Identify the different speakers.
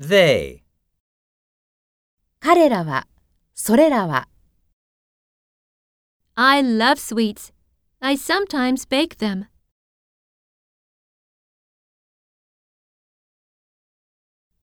Speaker 1: They.
Speaker 2: 彼らは、それらは、
Speaker 3: I love sweets. I sometimes bake them.